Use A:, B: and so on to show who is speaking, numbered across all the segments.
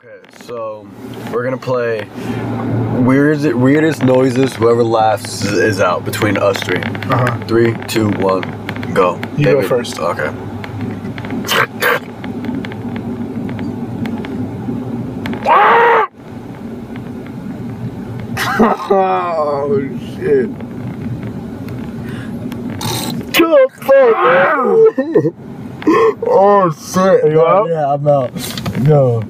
A: Okay, so we're gonna play weirdest weirdest noises. Whoever laughs is out between us three.
B: Uh-huh.
A: Three, two, one, go.
B: You go first.
A: Okay.
B: Oh shit. To the fuck.
A: Oh shit!
B: You out?
A: Yeah, I'm out. No.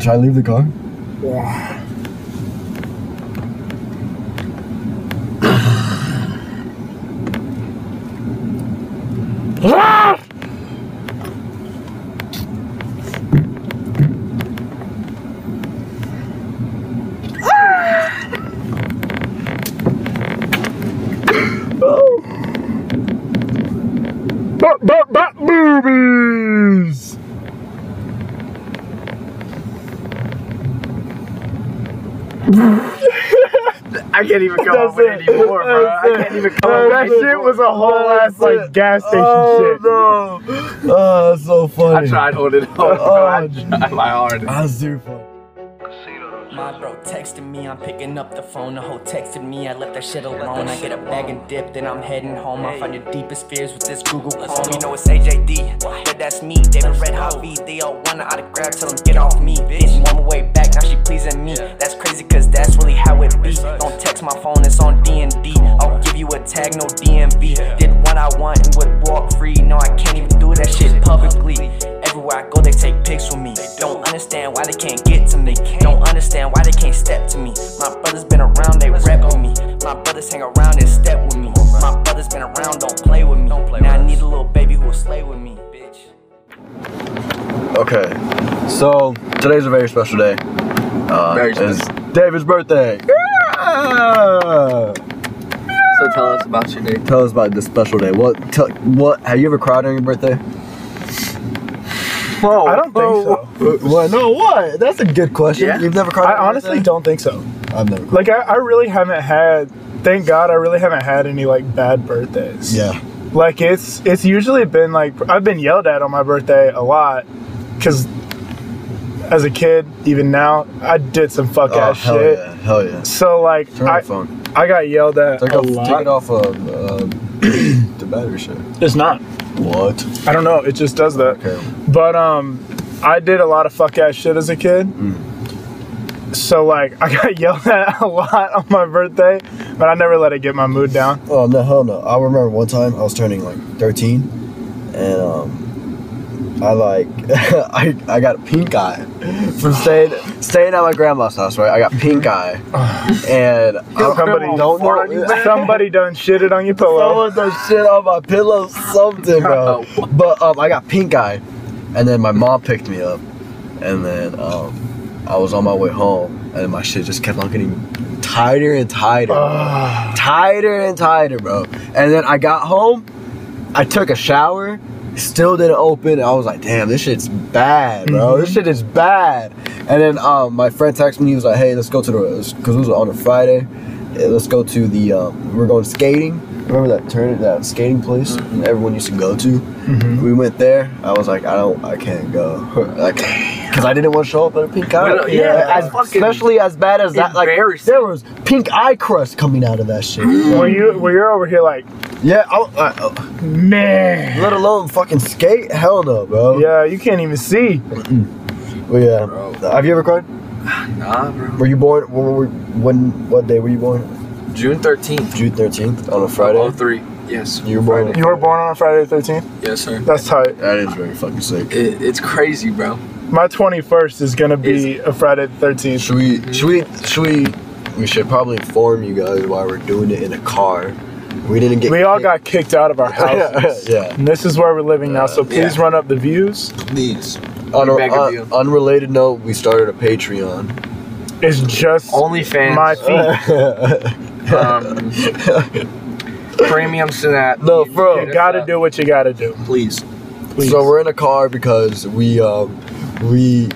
A: Should I leave the car?
B: Bat bat bat movies.
C: I can't even come
B: That's
C: up with
B: it.
C: any more, bro. I
B: That's
C: can't even
B: it.
A: Oh,
C: come up
B: That
C: with any
B: shit
C: more.
B: was a whole ass like gas station shit.
A: Oh no! Oh, that's so
C: I
A: funny. Oh,
C: tried holding on,
B: Uh,
C: bro. I tried my hardest.
A: That's super funny.
D: My bro texted me, I'm picking up the phone. The hoe texted me, I left that shit alone. I get a bag and dip, then I'm heading home. I find your deepest fears with this Google Chrome. You know it's AJD, that that's me. David Red Hot V, they all want an autograph. Tell them get off me, bitch. One way back, now she pleasing me. That's crazy, cause that's really how it be. Don't text my phone, it's on DND. I'll give you a tag, no DMV. Did what I want and would walk free. No, I can't even do that shit publicly. Everywhere I go, they take pics with me. Don't understand why they can't get to me. Don't understand why they can't step to me. My brothers been around, they rep with me. My brothers hang around and step with me. My brothers been around, don't play with me. Now I need a little baby who will slay with me, bitch.
A: Okay, so today's a very special day. Uh,
C: Very
A: it's David's birthday. Yeah!
C: So tell us about your day.
A: Tell us about this special day. What? Tell, what? Have you ever cried on your birthday?
C: Whoa.
B: I don't think so.
A: Oh, uh, What? No. What? That's a good question.
C: Yeah.
A: You've never cried.
B: I
A: on your
B: honestly
A: birthday?
B: don't think so.
A: I've never. Cried.
B: Like I, I really haven't had thank God I really haven't had any like bad birthdays.
A: Yeah.
B: Like it's it's usually been like I've been yelled at on my birthday a lot cuz as a kid, even now, I did some fuck
A: Oh,
B: ass
A: hell
B: shit.
A: yeah! Hell yeah!
B: So like
A: Turn
B: I,
A: your phone.
B: I got yelled at
A: Take
B: a
A: off. Take
B: lot.
A: it off of uh, the battery shit.
B: It's not.
A: What?
B: I don't know. It just does that.
A: Okay.
B: But um, I did a lot of fuck ass shit as a kid.
A: Mm.
B: So like I got yelled at a lot on my birthday, but I never let it get my mood down.
A: Oh no, hell no! I remember one time I was turning like 13, and um, I like I, I got pink eye from staying staying at my grandma's house. Right, I got pink eye, and I
B: Somebody
A: don't know.
B: Somebody done shitted on your pillow.
A: Someone done shit on my pillow, something, bro. But um, I got pink eye, and then my mom picked me up, and then um, I was on my way home, and then my shit just kept on getting tighter and tighter
B: Ugh.
A: tighter and tighter, bro. And then I got home, I took a shower, still didn't open. I was like, damn, this shit's bad, bro.
C: Mm-hmm.
A: This shit is bad. And then um, my friend texted me. He was like, hey, let's go to the because it was on a Friday. "Yeah, Let's go to the um, we're going skating. Remember that turn that skating place
C: Mm-hmm.
A: everyone used to go to. We went there. I was like, I don't, I can't go, like, because I didn't want to show up at a pink eye.
C: Well, uh, yeah,
A: As-
C: it's fucking
A: especially as bad as that. Like,
C: embarrassing.
A: there was pink eye crust coming out of that shit.
B: Well, you well you're over here like
A: Yeah, I, I, I-
B: man.
A: let alone fucking skate. Hell no, bro.
B: Yeah, you can't even see.
A: Well, yeah.
C: Bro.
A: Have you ever cried?
C: Nah, bro.
A: Were you born? When, were, when? What day were you born?
C: June 13th.
A: June thirteenth on a Friday.
C: 03. Yes.
A: You were born-
C: Friday.
B: You were born on Friday the 13th.
C: Yes, sir.
B: That's tight.
A: That is very fucking sick.
C: It, it's crazy, bro.
B: My 21st is gonna be a Friday the 13th.
A: Should we? Should we? Should we? We should probably inform you guys why we're doing it in a car. We didn't get.
B: We all got kicked out of our houses.
A: yeah.
B: And this is where we're living now, so please
C: yeah.
B: run up the views.
C: Please.
A: On a,
C: Back of
A: on-
C: you.
A: unrelated note, we started a Patreon.
B: It's just
C: OnlyFans.
B: my feet.
C: um, premiums to that.
A: No, bro.
B: You gotta do what you gotta do.
C: Please.
B: Please.
A: So we're in a car because we um we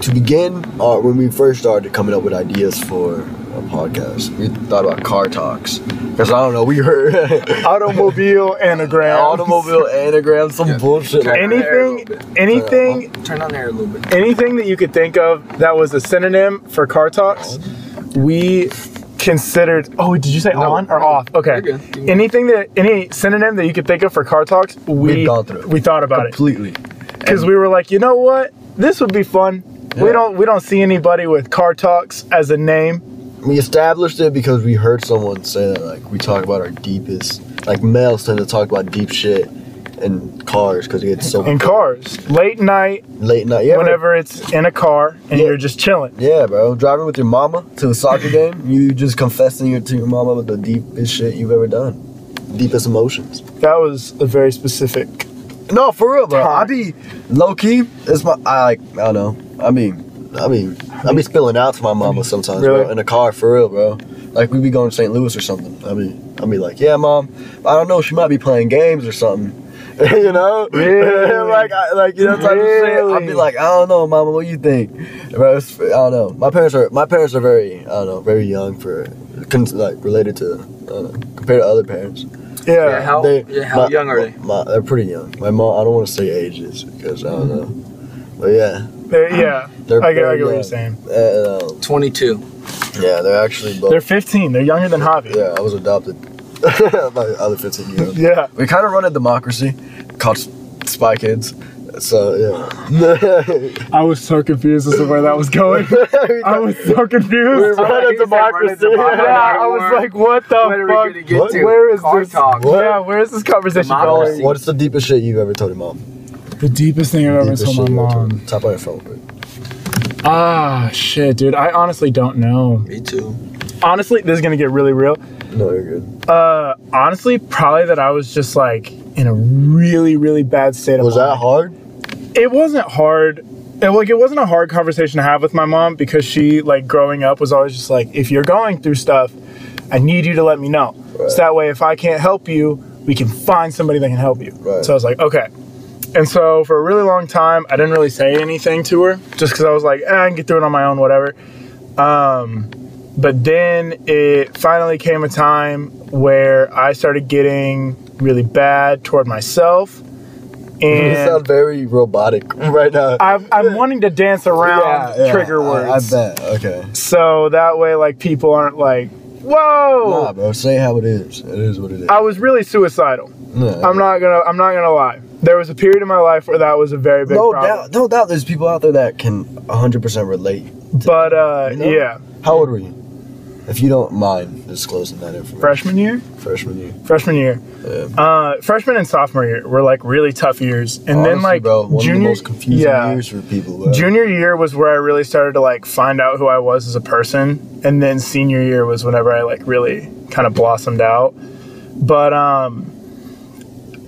A: to begin uh, when we first started coming up with ideas for a podcast. We thought about car talks because I don't know. We heard
B: Automobile anagram.
A: automobile anagram, some
C: Yeah.
A: bullshit.
C: Okay.
A: Like,
B: Anything, anything,
C: Turn on there a little bit.
B: anything that you could think of that was a synonym for car talks, we considered. Oh, did you say
C: No,
B: on or
C: no,
B: off? Okay.
C: you're good.
B: Anything that any synonym that you could think of for car talks, we
A: We've gone through it.
B: we thought about it
A: completely.
B: because we were like, you know what, this would be fun. We
A: Yeah.
B: don't we don't see anybody with car talks as a name.
A: We established it because we heard someone say that like we talk about our deepest. Like males tend to talk about deep shit in cars because he gets so
B: in cars late night
A: late night. Yeah,
B: whenever it's in a car and
A: Yeah.
B: you're just chilling
A: Yeah, bro. Driving with your mama to a soccer game, you just confessing your, to your mama with the deepest shit you've ever done, deepest emotions.
B: that was a very specific
A: No, for real, bro. I be low key. It's my I like I don't know. I mean, I mean, I be spilling out to my mama sometimes, bro,
B: Really?
A: in the car for real, bro. Like we be going to St. Louis or something. I mean, I be like, yeah, mom. I don't know. She might be playing games or something. you know,
B: Really?
A: like, I, like you know, type of shit. I'd be
B: Really?
A: like, I don't know, mama. What you think, bro? It's, I don't know. My parents are my parents are very I don't know very young for cons- like related to uh, compared to other parents.
B: yeah,
C: Yeah, how,
A: They-
C: yeah, how
A: my-
C: young are they?
A: My, they're pretty young. My mom, I don't want to say ages because I don't know. But yeah,
B: They're- yeah
A: they're.
B: I, get, I
A: very
B: get what you're
A: young.
B: saying
A: Uh, um,
C: 22.
A: yeah, they're actually both.
B: they're 15 they're younger than hobby yeah,
A: yeah, I was adopted by the other 15 year old. We kind of run a democracy called S- Spy Kids. So yeah. We
B: i was so confused as to where that was going i was so confused
A: run a
C: He said run a
A: democracy.
C: democracy.
B: yeah i was
C: Where-
B: like what
C: Where are
B: the
C: we gonna
B: fuck
C: get
A: What?
C: to?
B: where is
C: Car
B: this
C: talk.
A: What?
B: yeah where is this conversation
C: Democracy.
B: going
A: What's the deepest shit you've ever told your mom?
B: the deepest thing i've ever
A: Deepest
B: told my
A: you've ever told
B: mom
A: her. Tap on your phone, bro.
B: ah shit dude i honestly don't know
C: Me too.
B: honestly this is gonna get really real
A: No, you're good.
B: Uh, honestly, probably that I was just like in a really, really bad state of
A: Was that
B: mind.
A: hard?
B: It wasn't hard. It, like it wasn't a hard conversation to have with my mom because she, like, growing up was always just like, if you're going through stuff, I need you to let me know.
A: Right.
B: So that way, if I can't help you, we can find somebody that can help you.
A: Right.
B: So I was like, okay. And so for a really long time, I didn't really say anything to her just because I was like, eh, I can get through it on my own, whatever. Um, but then it finally came a time where I started getting really bad toward myself.
A: You sound
B: And
A: very robotic right now.
B: I'm, I'm wanting to dance around
A: Yeah, yeah,
B: trigger
A: I-
B: words.
A: I bet. Okay.
B: So that way, like, people aren't like, whoa.
A: Nah, bro. Say how it is. It is what it is.
B: I was really suicidal.
A: Nah.
B: I'm not gonna. I'm not gonna lie. There was a period in my life where that was a very big
A: no
B: problem.
A: doubt, no doubt. There's people out there that can 100% relate.
B: But uh,
A: You know?
B: yeah,
A: How old were you? If you don't mind disclosing that information.
B: freshman year,
A: Freshman year.
B: freshman year,
A: Yeah.
B: uh, freshman and sophomore year were like really tough years, and then
A: Honestly,
B: like
A: bro, one of the
B: junior,
A: most confusing
B: yeah,
A: years for people. Bro.
B: junior year was where I really started to like find out who I was as a person, and then senior year was whenever I like really kind of blossomed out. But um,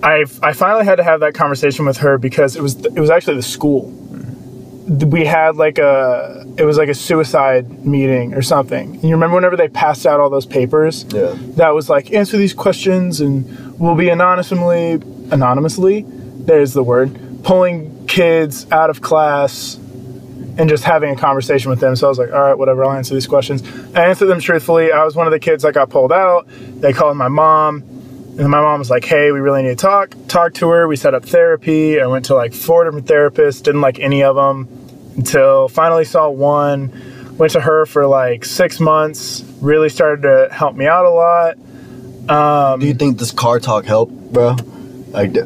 B: I I finally had to have that conversation with her because it was it was actually the school. We had like a it was like a suicide meeting or something. And you remember whenever they passed out all those papers?
A: Yeah.
B: that was like answer these questions and we'll be anonymously anonymously there's the word pulling kids out of class and just having a conversation with them so i was like all right whatever i'll answer these questions i answered them truthfully i was one of the kids that got pulled out they called my mom and then my mom was like hey we really need to talk talk to her we set up therapy i went to like four different therapists didn't like any of them until finally saw one went to her for like six months really started to help me out a lot
A: Do you think this car talk helped, bro? Like, d-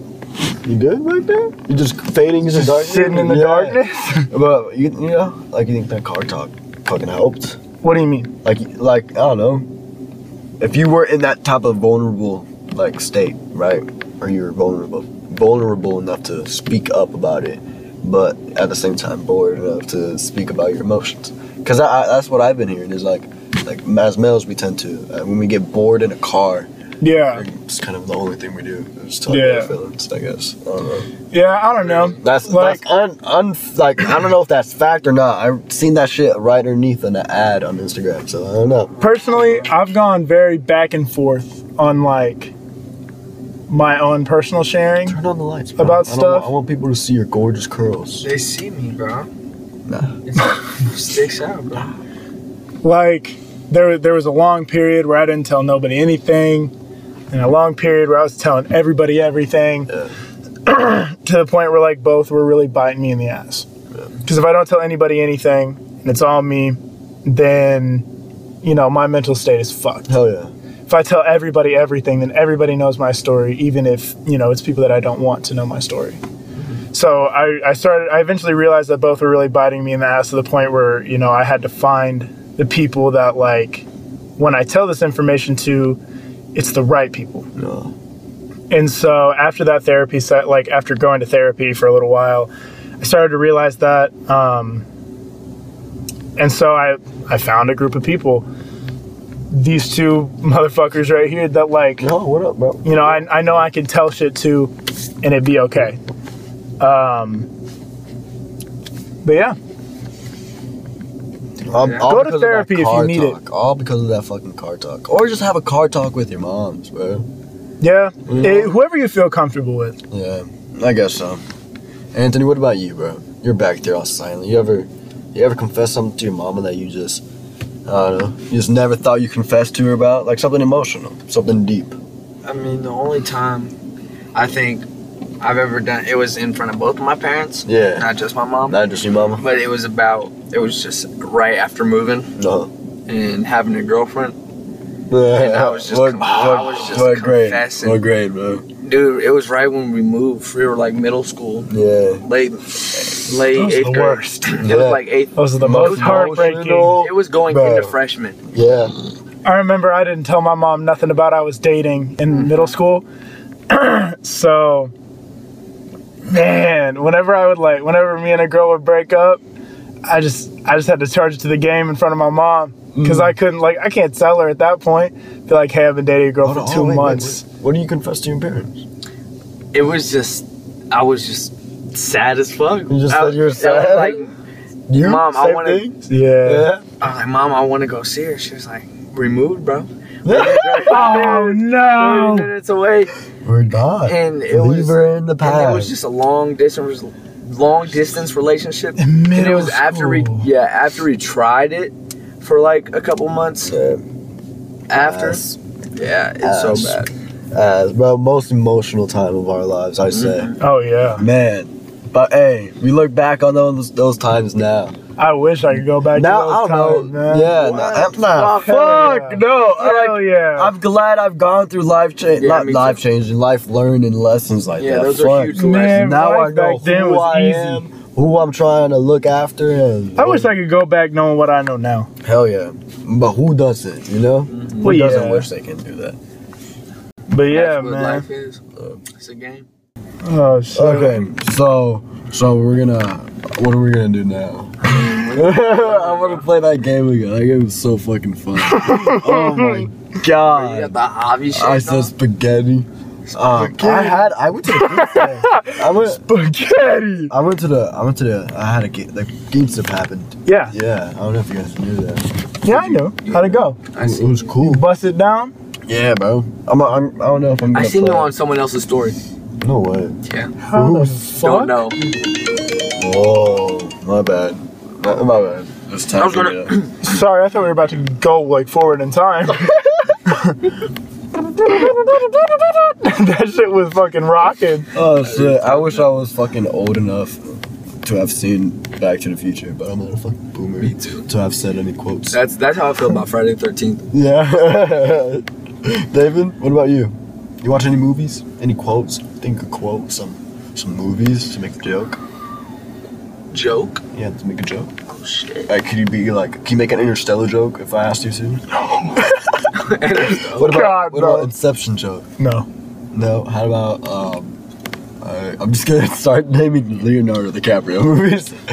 A: you good right there? You just fading in the darkness?
B: sitting in the
A: Yeah.
B: darkness
A: But, you, you know, like, you think that car talk fucking helped?
B: what do you mean
A: like like I don't know. If you were in that type of vulnerable like state, right? Or you were vulnerable vulnerable enough to speak up about it, but at the same time bored enough to speak about your emotions. Cause I, I that's what I've been hearing is like like as males we tend to uh, when we get bored in a car,
B: yeah
A: it's kind of the only thing we do is talk about
B: Yeah.
A: our feelings. I guess I don't know.
B: yeah i don't know
A: That's
B: like
A: that's un, un like I don't know if that's fact or not. I've seen that shit right underneath an ad on Instagram, so I don't know.
B: personally i've gone very back and forth on like my own personal sharing
A: Turn on the lights.
B: About
A: I don't want-
B: stuff?
A: I want people to see your gorgeous curls.
C: They see me, bro.
A: Nah.
C: It sticks out, bro.
B: like there there was a long period where I didn't tell nobody anything, and a long period where I was telling everybody everything, to the point where like both were really biting me in the ass. Because if I don't tell anybody anything and it's all me, then you know my mental state is fucked.
A: Hell yeah.
B: If I tell everybody everything, then everybody knows my story, even if you know it's people that I don't want to know my story. So I, I started. I eventually realized that both were really biting me in the ass to the point where you know I had to find the people that like when I tell this information to, it's the right people.
A: No.
B: And so after that therapy set, like after going to therapy for a little while, I started to realize that. Um, and so I, I found a group of people, these two motherfuckers right here that like,
A: No, what up, bro?
B: you know, I, I know I can tell shit to and it'd be okay. Um, but yeah,
A: Um,
C: Yeah.
A: all
B: Go to
A: because of that
B: therapy if you
A: car
B: need it.
A: talk. All because of that fucking car talk. Or just have a car talk with your moms, bro.
B: yeah, It- whoever you feel comfortable with.
A: Yeah, I guess so. Anthony, what about you, bro? You're back there all silent. You ever, you ever confess something to your mama that you just, I don't know, you just never thought you confessed to her about, like something emotional, something deep.
C: I mean, the only time I think I've ever done it was in front of both of my parents.
A: Yeah.
C: Not just my mom.
A: Not just your mama.
C: But it was about, it was just right after moving
A: No.
C: and having a girlfriend.
A: And
C: I was just
A: what,
C: con-
A: what,
C: I was just
A: what grade?
C: confessing.
A: What grade, bro?
C: Dude, it was right when we moved. We were like middle school,
A: Yeah.
C: late, late
B: Those are
C: eighth
B: the
C: grade.
B: worst.
C: It
A: Yeah.
C: was like eighth.
B: Those are the most heartbreaking.
A: Emotional.
C: It was going
A: Bro.
C: into freshman.
A: Yeah.
B: I remember I didn't tell my mom nothing about I was dating in
A: Mm-hmm.
B: middle school. so, man, whenever I would like, whenever me and a girl would break up, I just, I just had to charge it to the game in front of my mom because
A: Mm.
B: I couldn't like, I can't tell her at that point. Be like, hey, I've been dating a girl
A: Hold on, hold
B: for two
A: on, wait, wait,
B: months.
A: wait. What do you confess to your parents?
C: It was just, I was just sad as fuck.
A: You just
C: I,
A: said you were
C: I was
A: sad?
C: Like,
A: You?
C: Mom, I
A: Same
C: wanna-
A: thing?
B: Yeah.
A: Yeah.
C: I was like, Mom, I want to go see her. She was like, removed, bro.
B: Oh
C: Thirty
B: no.
C: minutes away,
A: We're not.
C: and it
A: Leave
C: was
A: her in the
C: and
A: past.
C: it was just a long distance, long distance relationship.
B: In
C: and it
B: middle
C: was after we,
B: school.
C: yeah, after we tried it for like a couple months
A: Yeah.
C: after.
A: Ass.
C: Yeah, it's
A: Ass.
C: so bad.
A: Uh, well, most emotional time of our lives, I say.
C: Mm-hmm.
B: Oh yeah.
A: Man, but hey, we look back on those those times now.
B: I wish I could go back
A: now
B: to those
A: I don't
B: times,
A: know.
B: man.
A: Yeah,
C: What?
A: nah, I'm not.
C: Fuck,
B: hell
A: Fuck
B: yeah.
A: no. I
B: Hell
A: like,
B: yeah.
A: I'm glad I've gone through life change,
C: Yeah,
A: not
C: me
A: life
C: too.
A: changing, life learning lessons like
C: Yeah,
A: that.
C: those
A: Fuck.
C: are huge
B: Man,
C: lessons.
A: Now I
B: life
A: know
B: back then
A: who
B: was
A: I
B: easy.
A: am, who I'm trying to look after, and
B: I wish I could go back knowing what I know now.
A: Hell yeah, but who doesn't? You know, who
B: Well,
A: doesn't
B: yeah.
A: wish they can do that?
B: But yeah,
C: That's what
B: man.
C: life is. It's a game.
B: Oh shit.
A: Okay, so so we're gonna what are we gonna do now? I want to play that game again. That game was so fucking fun. oh my
C: You got
A: god!
C: the obvious shit.
A: I
C: dog.
A: said spaghetti. Um, I
B: Spaghetti.
A: had I went to the pizza. I went
B: Spaghetti.
A: I went to the I went to the I had a ge- the game stuff happened.
B: Yeah.
A: Yeah, I don't know if you guys knew that.
B: Yeah, I know. How'd it go?
C: I
A: It
C: see.
A: was cool.
B: Bust it down?
A: Yeah, bro. I'm, I'm I don't know if I'm.
C: I
A: gonna
C: seen
A: play.
C: you on someone else's story.
A: No way.
C: Yeah.
B: How
A: Ooh,
B: the fuck?
C: Don't know.
A: Whoa, my bad. My, my bad. It's time
C: I was
A: for
C: gonna-
A: me to-
B: Sorry, I thought we were about to go like forward in time. that shit was fucking rocking.
A: Oh shit! I wish I was fucking old enough to have seen Back to the Future, but I'm not a fucking boomer
C: Me too.
A: to have said any quotes.
C: That's that's how I feel about Friday the 13th.
A: yeah. David, what about you? You watch any movies? Any quotes? Think a quote, some some movies to make a joke.
C: Joke?
A: Yeah, to make a joke.
C: Oh, shit.
A: Like, could you be like, can you make an Interstellar joke if I asked you to? What about
B: God,
A: what
B: bro.
A: about Inception joke?
B: No.
A: No. How about um? I, I'm just gonna start naming Leonardo DiCaprio movies.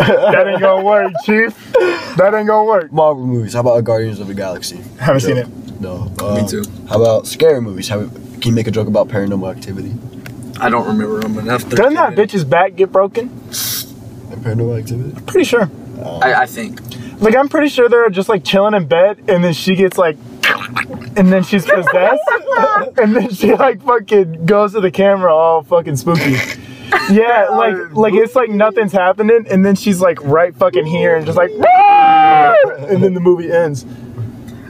B: That ain't gonna work, Chief. That ain't gonna work.
A: Marvel movies. How about Guardians of the Galaxy?
B: Haven't seen
A: Joke. No. Um,
C: too.
A: How about scary movies? How, can you make a joke about paranormal activity?
C: I don't remember them enough.
B: Doesn't that bitch's back get broken?
A: And paranormal activity?
B: Pretty sure.
C: I, I think.
B: Like I'm pretty sure they're just like chilling in bed, and then she gets like, and then she's possessed, and then she like fucking goes to the camera all fucking spooky. Yeah, like like it's like nothing's happening, and then she's like right fucking here, and just like, "Ah!" and then the movie ends.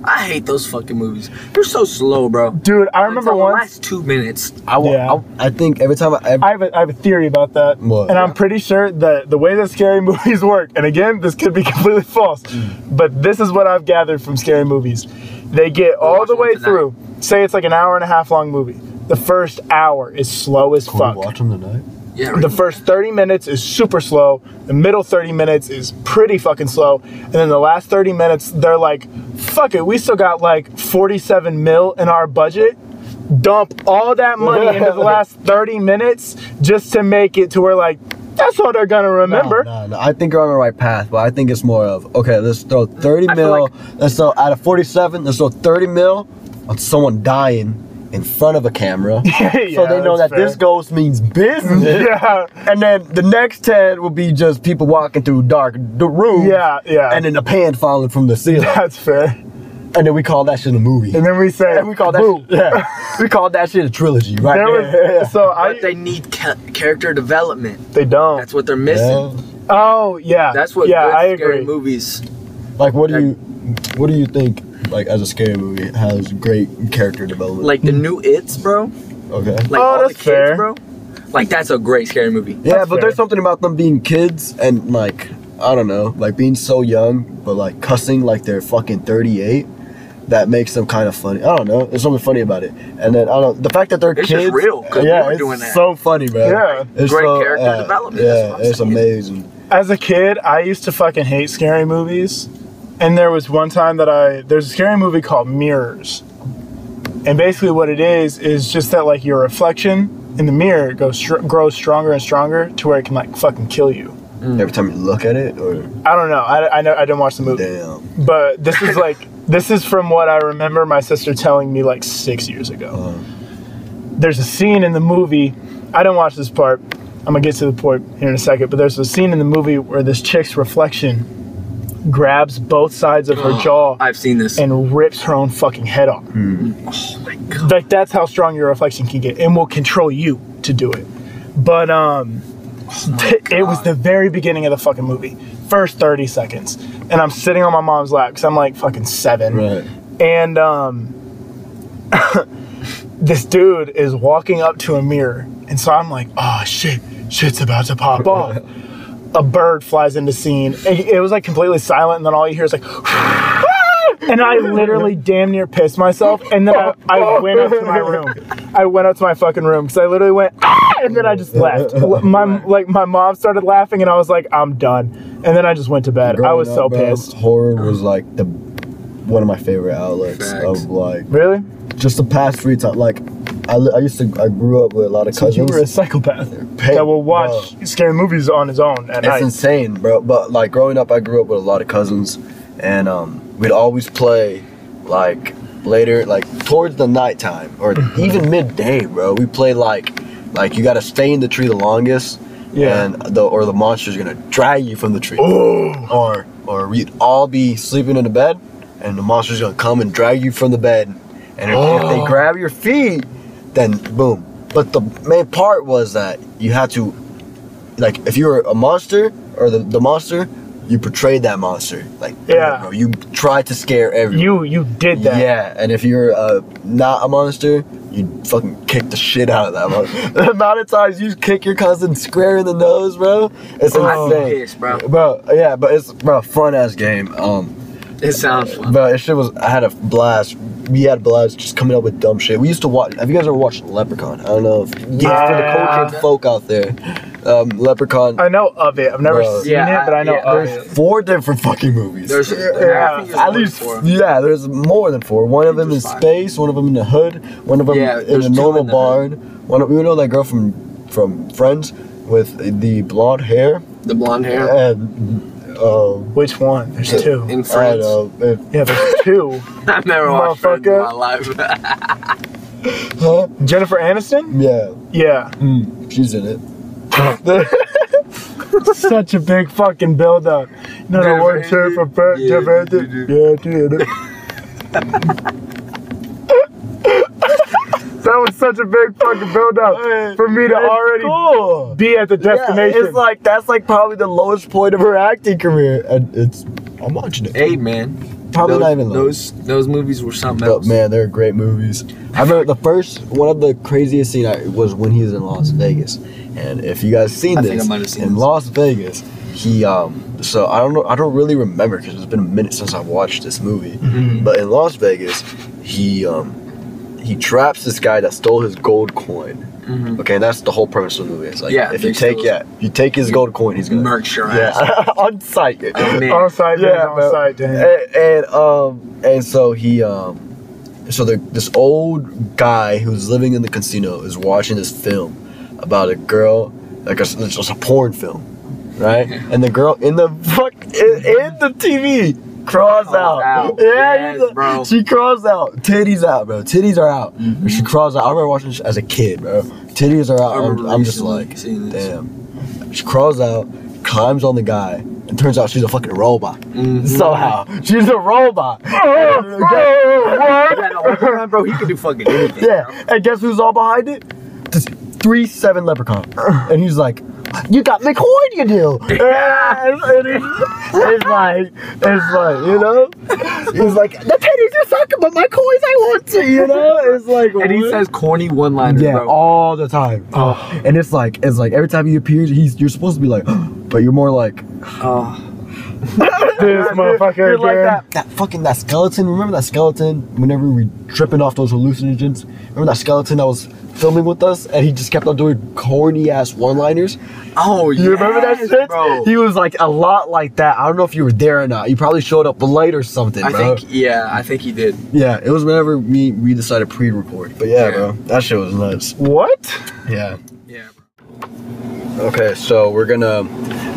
C: I hate those fucking movies. They're so slow, bro.
B: Dude, I
C: Like,
B: remember
C: the
B: once.
C: last two minutes.
A: I, wa-
B: Yeah.
A: I, I think every time I, ever,
B: I have, a, I have a theory about that,
A: What?
B: and I'm pretty sure that the way that scary movies work, and again, this could be completely false, but this is what I've gathered from scary movies. They get all
C: watch
B: the
C: one
B: way
C: tonight.
B: through. Say it's like an hour and a half long movie. The first hour is slow as fuck.
A: them tonight.
C: Yeah,
B: The first 30 minutes is super slow. The middle 30 minutes is pretty fucking slow. And then the last 30 minutes, they're like, fuck it, we still got like 47 mil in our budget. Dump all that money into the last 30 minutes just to make it to where, like, that's all they're gonna remember.
A: No, no, no. I think you're on the right path, but I think it's more of okay. Let's throw 30
C: I feel
A: mil.
C: like-
A: let's throw out of 47. Let's throw 30 mil on someone dying in front of a camera, so
B: Yeah,
A: they know that
B: that's
A: this ghost means business.
B: fair. Yeah.
A: And then the next ten will be just people walking through dark the room.
B: Yeah, yeah.
A: And then a pan falling from the ceiling.
B: That's fair.
A: and then we call that shit a movie.
B: And then we say,
A: And we call that
B: "Boo."
A: shit, yeah. we call that shit a trilogy, right?
B: There
A: there.
B: was, so I,
C: but they need ca- character development.
B: they don't.
C: That's what they're missing.
A: Yeah.
B: oh, yeah.
C: That's what
B: yeah,
C: good
B: I
C: scary
B: agree.
C: movies.
A: Like, what do you, what do you think? Like, as a scary movie, has great character development.
C: Like the new It's, bro.
A: okay.
C: Like
B: Oh,
C: all
B: that's
C: the kids,
B: fair.
C: bro. Like that's a great scary movie.
A: yeah,
B: that's
A: but
B: fair.
A: there's something about them being kids and like I don't know, like being so young, but like cussing like they're fucking 38. That makes them kind of funny. I don't know. There's something funny about it. And then I don't. The fact that they're
C: It's
A: kids.
C: just real, 'cause we
A: yeah,
C: were
A: it's
C: doing that.
A: so funny, bro.
B: Yeah.
A: It's
C: Great
A: so-
C: character
A: yeah,
C: development,
A: Yeah,
C: that's what I'm
A: it's
C: saying.
A: amazing.
B: as a kid, I used to fucking hate scary movies. And there was one time that I there's a scary movie called Mirrors. And basically what it is is just that like your reflection in the mirror goes str- grows stronger and stronger to where it can like fucking kill you.
C: Mm.
A: Every time you look at it, or
B: I don't know. I, I know I didn't watch the movie.
A: damn.
B: But this is like this is from what I remember my sister telling me like 6 years ago. There's a scene in the movie. I didn't watch this part. I'm gonna get to the point here in a second, but there's a scene in the movie where this chick's reflection grabs both sides of her jaw
C: I've seen this.
B: and rips her own fucking head off.
C: oh my god.
B: Like that's how strong your reflection can get, and will control you to do it. But um, it was the very beginning of the fucking movie, first 30 seconds, and I'm sitting on my mom's lap because I'm like fucking seven,
A: Right.
B: and um, this dude is walking up to a mirror, and so I'm like, oh shit, shit's about to pop off. a bird flies into scene. It, it was like completely silent, and then all you hear is like. And I literally damn near pissed myself, and then I, I went up to my room. I went up to my fucking room because I literally went, "Ah!" and then I just left. My like my mom started laughing, and I was like, "I'm done." And then I just went to bed. I
A: Growing
B: was
A: up,
B: so
A: bro,
B: pissed.
A: Horror was like the one of my favorite outlets
C: Facts.
A: of like
B: Really?
A: just the past free time. Like I, li- I used to I grew up with a lot of
B: You
A: cousins.
B: were a psychopath
A: Hey,
B: that will watch scary movies on his own at
A: It's
B: night.
A: insane, bro. But like growing up, I grew up with a lot of cousins, and um, we'd always play like later, like towards the nighttime or even midday, bro. We play like like you gotta stay in the tree the longest,
B: Yeah. Oh.
A: and the or the monster's gonna drag you from the tree, or or we'd all be sleeping in the bed, and the monster's gonna come and drag you from the bed, and if, if
B: Oh.
A: they grab your feet, then boom. But the main part was that you had to like if you were a monster or the, the monster, you portrayed that monster. Like
B: Yeah.
A: bro, you tried to scare everyone.
B: You you did that.
A: Yeah, and if you're uh, not a monster, you fucking kick the shit out of that monster. the amount of times you kick your cousin square in the nose, bro, it's
C: I'd be
A: insane.
C: pissed, bro.
A: Bro, yeah, but it's bro fun ass game. Um,
C: It sounds fun.
A: bro, this shit was I had a blast. We had a blast just coming up with dumb shit. We used to watch. Have you guys ever watched Leprechaun? I don't know if
B: Yeah.
A: for the cultured folk out there, um, Leprechaun.
B: I know of it. I've never
A: Bro.
B: seen
C: Yeah,
B: it, but I know
C: yeah,
B: of
C: there's-
B: it.
A: four different fucking movies.
C: There's
B: Yeah.
C: I think there's
A: at
C: one
A: least
C: for-
A: yeah, there's more than four. One of them in
C: There's five.
A: space, one of them in the hood, one of them
C: Yeah,
A: in
C: there's
A: a
C: two
A: normal
C: in the
A: barn. One of you know that girl from from Friends with the blonde hair
C: the blonde hair
A: and um uh,
B: Which one? There's two.
C: in
A: I
C: France.
A: don't know, it-
B: Yeah, there's two.
C: I've never watched Friends in
B: Motherfucker.
C: my life.
A: huh?
B: Jennifer Aniston?
A: Yeah,
B: Yeah. Hmm.
A: mm, she's in it.
B: Such a big fucking build up. No, no, one chair for Brett.
C: Yeah,
B: Jennifer
C: dude,
B: Aniston. Yeah, dude. That was such a big fucking build up for me
A: It's
B: to already
A: cool.
B: be at the destination.
A: Yeah, it's like that's like probably the lowest point of her acting career, and it's I'm watching it.
C: Hey man,
A: Probably
C: those,
A: not even low.
C: those those movies were something
A: But
C: else.
A: man, they're great movies. I remember the first one of the craziest scene I, was when he was in Las Vegas, and if you guys seen
C: I
A: this
C: think I might have seen
A: in
C: this.
A: Las Vegas, he um. So I don't know. I don't really remember because it's been a minute since I watched this movie.
C: Mm-hmm.
A: But in Las Vegas, he um he traps this guy that stole his gold coin.
C: Mhm.
A: Okay, that's the whole purpose of the movie. It's like
C: Yeah,
A: if you
C: they
A: take
C: steal-
A: yeah, if you take his gold coin, he's gonna
C: Merch your
A: yeah,
C: ass.
A: on site.
C: Oh, man.
B: on site, yeah, on
A: bro.
B: site, damn.
A: And, and, um, and so he, um, so the, this old guy who's living in the casino is watching this film about a girl, like a, it's just a porn film, right? And the girl in the fuck in, in the TV crawls
C: Crawls
A: out.
C: out.
A: Yeah,
C: Yes,
A: you know,
C: bro. Mm-hmm.
A: she crawls out. Titties out, bro. Titties are out. She crawls out. I remember watching this as a kid, bro. Titties are out.
C: I
A: I'm,
C: remember
A: I'm just
C: recently
A: like,
C: seeing this.
A: damn. She crawls out, climbs on the guy, and turns out she's a fucking robot.
C: Mm-hmm.
A: Somehow. She's a robot.
C: Oh, Yeah, no, look around, bro, he could do fucking anything.
A: yeah. And guess who's all behind it? This three seven leprechaun. And he's like, You got McCoy you Yeah, and it's, it's like it's like, you know? He's like, the titties are sucking, but my coins I want to, you know? It's like
C: And he
A: what?
C: says corny one liners,
A: Yeah,
C: bro. Oh.
A: all the time. And it's like it's like every time he appears, he's you're supposed to be like, but you're more like
C: Oh,
B: this motherfucker
A: You're like
B: again.
A: that, that fucking that skeleton. Remember that skeleton? Whenever we tripping off those hallucinogens, remember that skeleton that was filming with us, and he just kept on doing corny ass one-liners.
C: oh,
A: You remember that
C: yes,
A: shit?
C: bro?
A: He was like a lot like that. I don't know if you were there or not. You probably showed up late or something,
C: I
A: bro.
C: think, yeah, I think he did.
A: yeah, it was whenever we we decided pre-record. But yeah,
C: Yeah.
A: bro, that shit was nuts.
B: What?
A: Yeah.
C: Yeah, bro.
A: Okay, so we're gonna.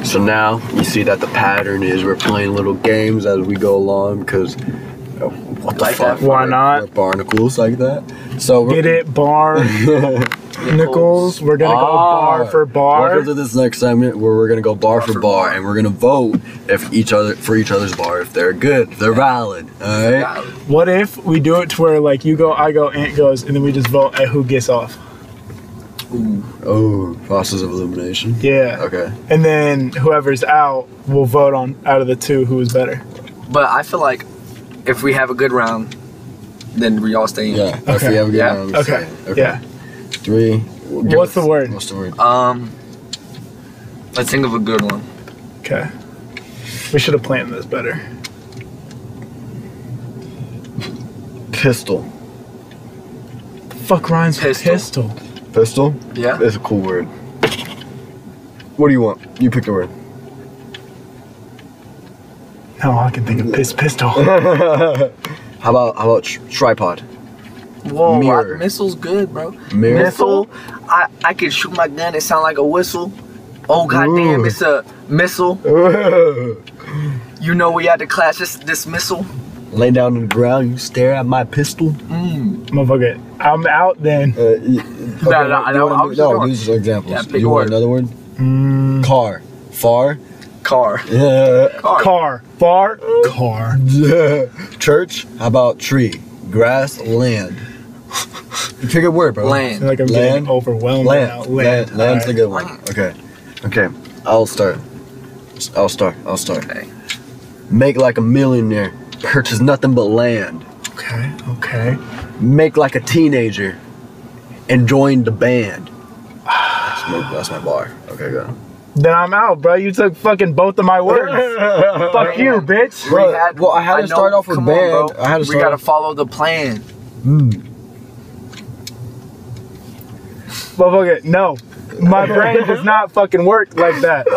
A: So now you see that the pattern is we're playing little games as we go along because. What the
C: Like
A: fuck?
C: that.
B: Why
A: we're-
B: not?
A: we're barnacles like that. So we're,
B: Get it, bar. Nichols. We're gonna go
A: Ah.
B: bar for bar.
A: Welcome to this next segment where we're gonna go bar, for,
C: for
A: bar,
C: bar.
A: and we're gonna vote if each other for each other's bar if they're good, if they're valid. All right.
C: Valid.
B: What if we do it to where like you go, I go, Ant goes, and then we just vote at who gets off?
A: Oh, process of elimination.
B: Yeah.
A: Okay.
B: And then whoever's out will vote on out of the two who is better.
C: But I feel like if we have a good round, then we all stay in.
A: Yeah. If we
B: Okay.
A: have a good
C: Yeah.
A: round, we
B: Okay.
A: say it.
B: Yeah.
A: Three. Give
B: What's
A: us-
B: the word?
A: What's the word?
C: Um, let's think of a good one.
B: Okay. We should have planned this better.
A: Pistol.
B: Fuck rhymes with
C: Pistol.
B: pistol.
A: Pistol.
C: Yeah.
A: It's a cool word. What do you want? You pick the word.
B: No, I can think of piss pistol.
A: How about how about tr- tripod?
C: Whoa,
A: Mirror.
C: I, missile's good, bro.
A: Mirror.
C: Missile, I I can shoot my gun. It sound like a whistle. Oh goddamn,
A: Ooh.
C: it's a missile. You know we had to clash this this missile.
A: Lay down on the ground. You stare at my pistol.
C: Mm.
B: Motherfucker, I'm out then.
A: Uh, y- okay,
C: no, no,
A: you wanna
C: I
A: do-
C: was just
A: no,
C: going-
A: these are examples.
C: Yeah, pick
A: you
C: a
A: want
C: word.
A: another word?
B: Mm,
A: Car. Far.
C: Car.
A: Yeah.
C: Car.
B: car. Bar. Car.
A: Yeah. Church. How about tree? Grass. Land. You pick a word, bro.
B: I
C: Land.
B: feel like I'm
A: Land.
B: getting overwhelmed now.
A: Land. Land. Land's a
B: Alright.
A: good one. Okay. Okay. I'll start. I'll start. I'll start.
C: Okay.
A: Make like a millionaire. Purchase nothing but land.
B: Okay, okay.
A: Make like a teenager. And join the band. That's my, that's my bar. Okay, go.
B: Then I'm out, bro. You took fucking both of my words. Fuck you, bitch.
A: Bro, well, I had to start off with
C: come on,
A: band.
C: bro.
A: I had to
C: we
A: start
C: gotta
A: off-
C: follow the plan.
B: Motherfucker, no. My brain does not fucking work like that.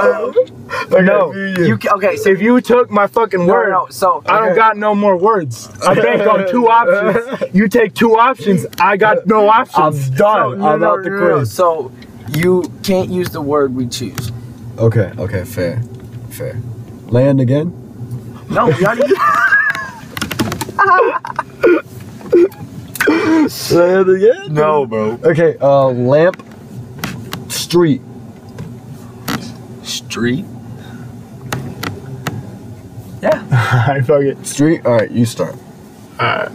B: no.
C: You ca- okay? So
B: If you took my fucking
C: no,
B: word,
C: no, so
B: I don't got no more words. I bank on two options. You take two options, I got no options.
A: I'm done.
C: No,
A: I'm
C: no,
A: out the
C: no, no, no.
A: quiz.
C: So you can't use the word we choose.
A: Okay, okay, fair. Fair. Land again?
C: No, we already.
A: Land again?
C: bro.
A: Okay, uh, lamp, street,
C: Street. Yeah.
B: I fuck it.
A: street. All right, you start.
B: Alright.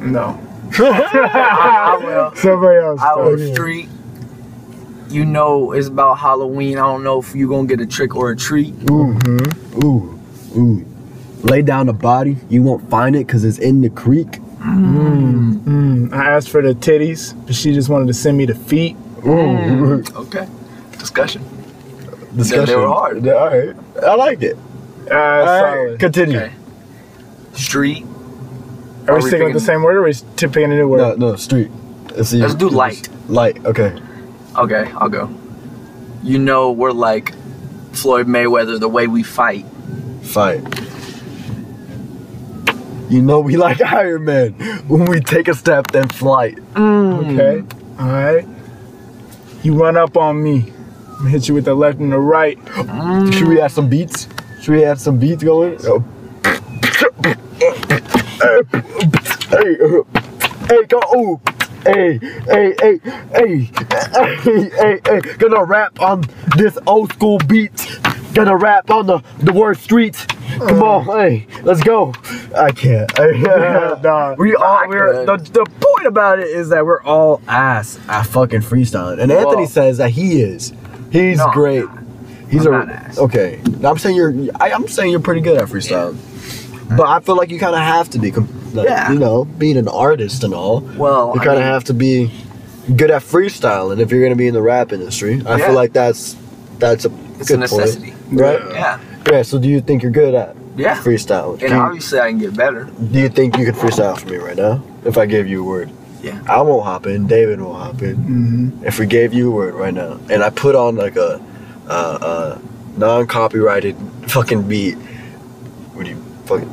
B: No.
C: I will.
B: Somebody else.
C: I will
B: does.
C: street. You know it's about Halloween. I don't know if you gonna get a trick or a treat.
A: Ooh, ooh, ooh. Lay down a body. You won't find it because it's in the creek.
B: Mm, I asked for the titties, but she just wanted to send me the feet.
C: Okay. Discussion.
A: Discussion.
C: They were hard.
A: Yeah, all right. I liked it.
B: Uh, solid.
A: Continue.
C: Okay. Street.
B: Are
C: Are
B: we
C: we
B: sticking with the
C: picking-
B: same word or are we s- t- picking a new word?
A: No, no, street. Let's, see.
C: Let's do light.
A: Light, okay.
C: Okay, I'll go. You know we're like Floyd Mayweather, the way we fight.
A: Fight. You know we like Iron Man when we take a step then flight. Hmm.
B: Okay. All right. You run up on me. I'm gonna hit you with the left and the right.
A: Should we have some beats? Should we have some beats going? Oh. Hey, uh, hey, go, ooh. Hey, hey, hey, hey, hey, hey, hey, gonna rap on this old school beat. Gonna rap on the, the word streets. Come on, hey, let's go. I can't.
B: Nah.
A: We all we're, the,
C: could.
A: the point about it is that we're all ass at fucking freestyling, and Anthony
C: Well-
A: says that he is. He's
C: No, I'm
A: great. He's
C: I'm
A: a
C: not ass.
A: okay. No, I'm saying you're. I, I'm saying you're pretty good at freestyling, but I feel like you kind of have to be. com- Like,
C: Yeah.
A: You know, being an artist and all,
C: Well,
A: you
C: I
A: kind of
C: mean-
A: have to be good at freestyling if you're gonna be in the rap industry. I
C: Yeah.
A: feel like that's that's a
C: It's
A: good
C: a necessity.
A: point, right?
C: Yeah.
A: Yeah. So, do you think you're good at
C: Yeah.
A: freestyling?
C: And
A: Do you-
C: obviously I can get better.
A: do you think you could freestyle for me right now? If I gave you a word?
C: Yeah. Mm-hmm.
A: I won't hop in. David won't hop in.
B: Mhm.
A: If we gave you a word right now, and I put on like a, uh, uh non-copyrighted fucking beat, would you fucking?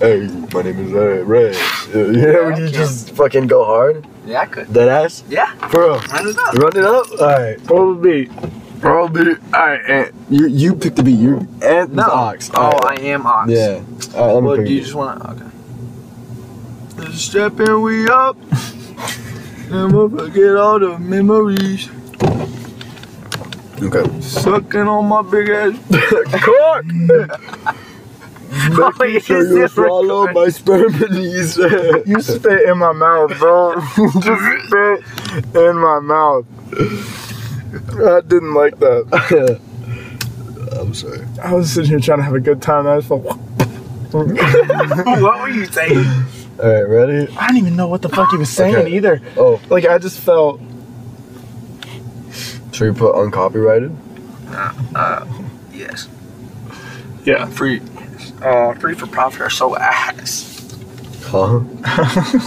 A: Hey, my name is Ray. Ray. Yeah, would you
C: Yeah.
A: just fucking go hard?
C: Yeah, I could.
A: Dead ass,
C: Yeah.
A: bro.
C: Run it up.
A: Run it up. All right.
B: Probably.
A: Roll beat. All right. And you you pick the beat. You and
C: No.
A: ox.
C: Oh,
A: All
C: I
A: right.
C: am ox.
A: Yeah. All right. Let me
C: Well,
A: pick
C: do
A: it.
C: you just want to? Okay. Let's step in, we up. And we'll forget all the memories.
A: Okay.
C: Sucking on my big ass.
A: Cock.
C: Oh,
A: Making
C: you
A: sure you
C: said
A: swallow
C: record.
A: my sperm and yeast.
B: You spit in my mouth, bro. You just spit in my mouth. I didn't like that.
A: I'm sorry.
B: I was sitting here trying to have a good time. I just felt.
C: what were you saying?
A: All right, ready?
B: I didn't even know what the fuck he was saying
A: Okay.
B: either.
A: Oh,
B: Like I just felt.
A: should we put uncopyrighted?
C: Yes.
B: Yeah.
C: Free. Uh, free for profit are so ass.
A: Huh?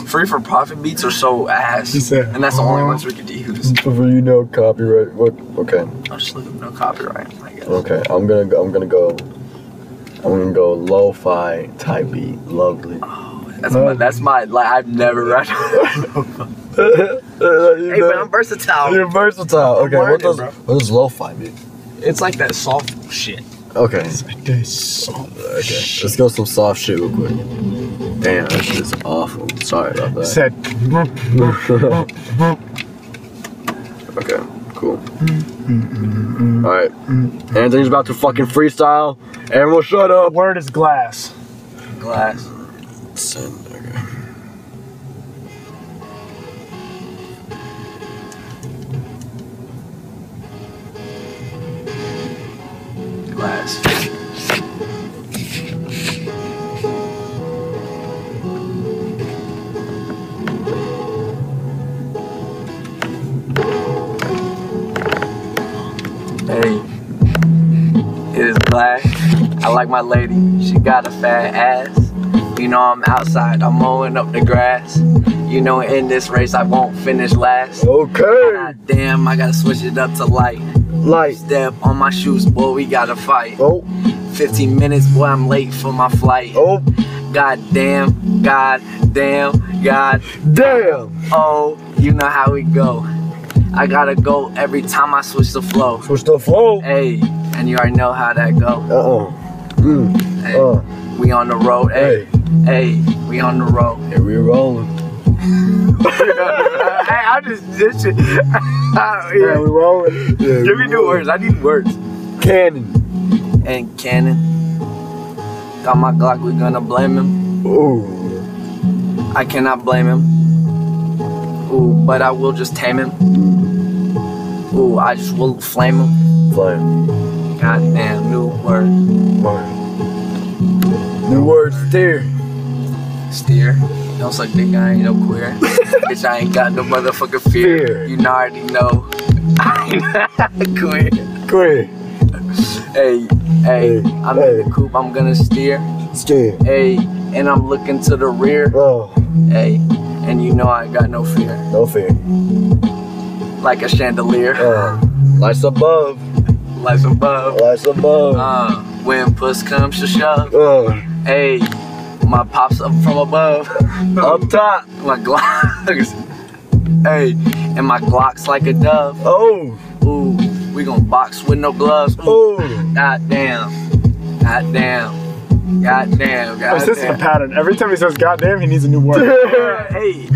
C: Free for profit beats are so ass.
B: You said,
C: and that's the only
B: uh-huh.
C: ones we could use.
A: For you know copyright. What? Okay,
C: I'm just looking no copyright. I guess.
A: okay. I'm gonna go. I'm gonna go. I'm gonna go lo-fi type beat. Lovely.
C: Uh, That's my. That's my. Like I've never read. hey,
A: hey,
C: but I'm versatile.
A: You're versatile. Okay,
C: learning,
A: what does
C: bro.
A: what does lo-fi mean?
C: It's like that soft shit.
A: Okay.
B: This.
A: Okay, let's go some soft shit real quick. Damn, that shit is awful. Sorry about that.
B: Said.
A: Okay, cool. All right, Anthony's about to fucking freestyle. Everyone, shut up.
B: Word is glass.
C: Glass.
A: Send, okay.
C: Glass. Hey, it is black. I like my lady. She got a fat ass. You know I'm outside. I'm mowing up the grass. You know in this race I won't finish last.
A: Okay,
C: God damn, I gotta switch it up to light.
A: light.
C: Step on my shoes, boy. We gotta fight.
A: Oh,
C: 15 minutes, boy, I'm late for my flight.
A: oh,
C: God damn, god damn, god
A: damn.
C: oh, you know how we go. I gotta go every time I switch the flow.
A: Switch the flow. Uh
C: Hey, and you already know how that go.
A: oh. Mm.
C: Hey,
A: Uh.
C: we on the road, hey, hey, we on the road.
A: Here we rolling.
C: hey, I just this shit.
B: Yeah, we
C: yeah.
B: rolling.
C: Give me new words. I need words.
A: Cannon.
C: And Cannon, got my Glock. We gonna blame him.
A: Ooh.
C: I cannot blame him. Ooh, but I will just tame him. Ooh, I just will flame him.
A: Flame.
C: Goddamn new word.
A: Word. New word, steer.
C: Steer. Don't suck dick, I ain't no queer. Bitch, I ain't got no motherfucking fear.
A: Fear.
C: You already know. I ain't queer.
A: Queer.
C: Hey, hey,
A: Hey,
C: I'm
A: hey.
C: in the coop, I'm gonna steer.
A: Steer.
C: Hey, and I'm looking to the rear.
A: Oh,
C: Hey, and you know I got no fear.
A: no fear.
C: Like a chandelier.
A: Oh. Lights above.
C: Lights above.
A: Lights above.
C: Uh, when puss comes to shove,
A: Oh.
C: hey, my pops up from above,
A: Up top.
C: my Glocks, hey, and my Glocks like a dove.
A: Oh.
C: Ooh, we gon' box with no gloves. Ooh,
A: Oh.
C: god damn, god damn, god damn,
B: Oh,
C: god
B: this is a
C: damn.
B: pattern. Every time he says goddamn, he needs a new word.
C: Hey,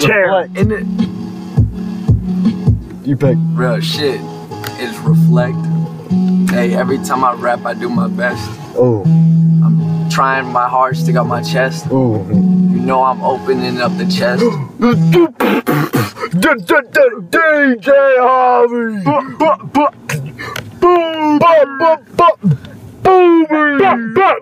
B: Chair.
A: Reflect.
C: in the
A: You pick.
C: real shit is reflect. Hey, every time I rap, I do my best.
A: Oh.
C: Trying my hard, stick out my chest.
A: Oh.
C: You know I'm opening up the chest.
A: DJ Harvey. That,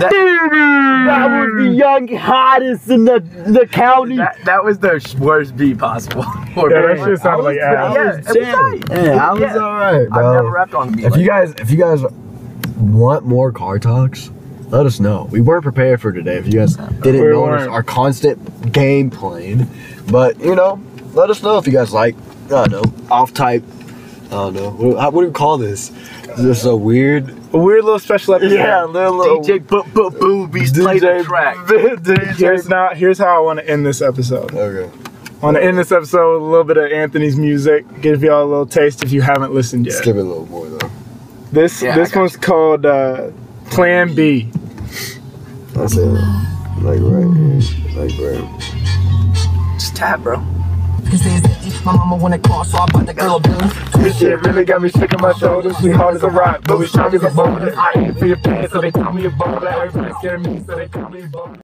A: that was the young hottest in the the county.
C: That, that was the worst beat possible. Or
B: Yeah, that
C: better.
B: shit sounded like
C: I
B: ass.
C: was- Yeah, it was
A: jamming.
C: tight.
A: Yeah, I was
C: Yeah.
A: alright,
C: I've
A: bro.
C: never rapped on a beat.
A: if
C: like
A: you guys, if you guys want more car talks, let us know. We weren't prepared for today. If you guys didn't
B: We
A: notice
B: weren't.
A: our constant game plan, but you know, let us know if you guys like. I don't know, off type. I don't know. What, how- what do you call this? This is a weird.
B: A weird little special episode.
A: little,
C: that. DJ Boop Boop Boom Beats played the track.
B: Here's
A: DJ.
B: now. Here's how I want to end this episode.
A: Okay.
B: I want to end this episode with a little bit of Anthony's music. Give y'all a little taste if you haven't listened
A: Just
B: yet.
A: give it a little more though.
B: This
C: Yeah, I
B: this
C: got
B: one's called uh, Plan B.
A: That's it. Like right here. Like right.
C: Just tap, bro.
D: This is the East, my mama wanna call, so I bought the girl a bill.
B: This shit really got me shaking my shoulders. We hard as a rock, but we strong as a boulder. I ain't for your pain, so they call me a boulder. Everybody scared of me, so they call me a boulder.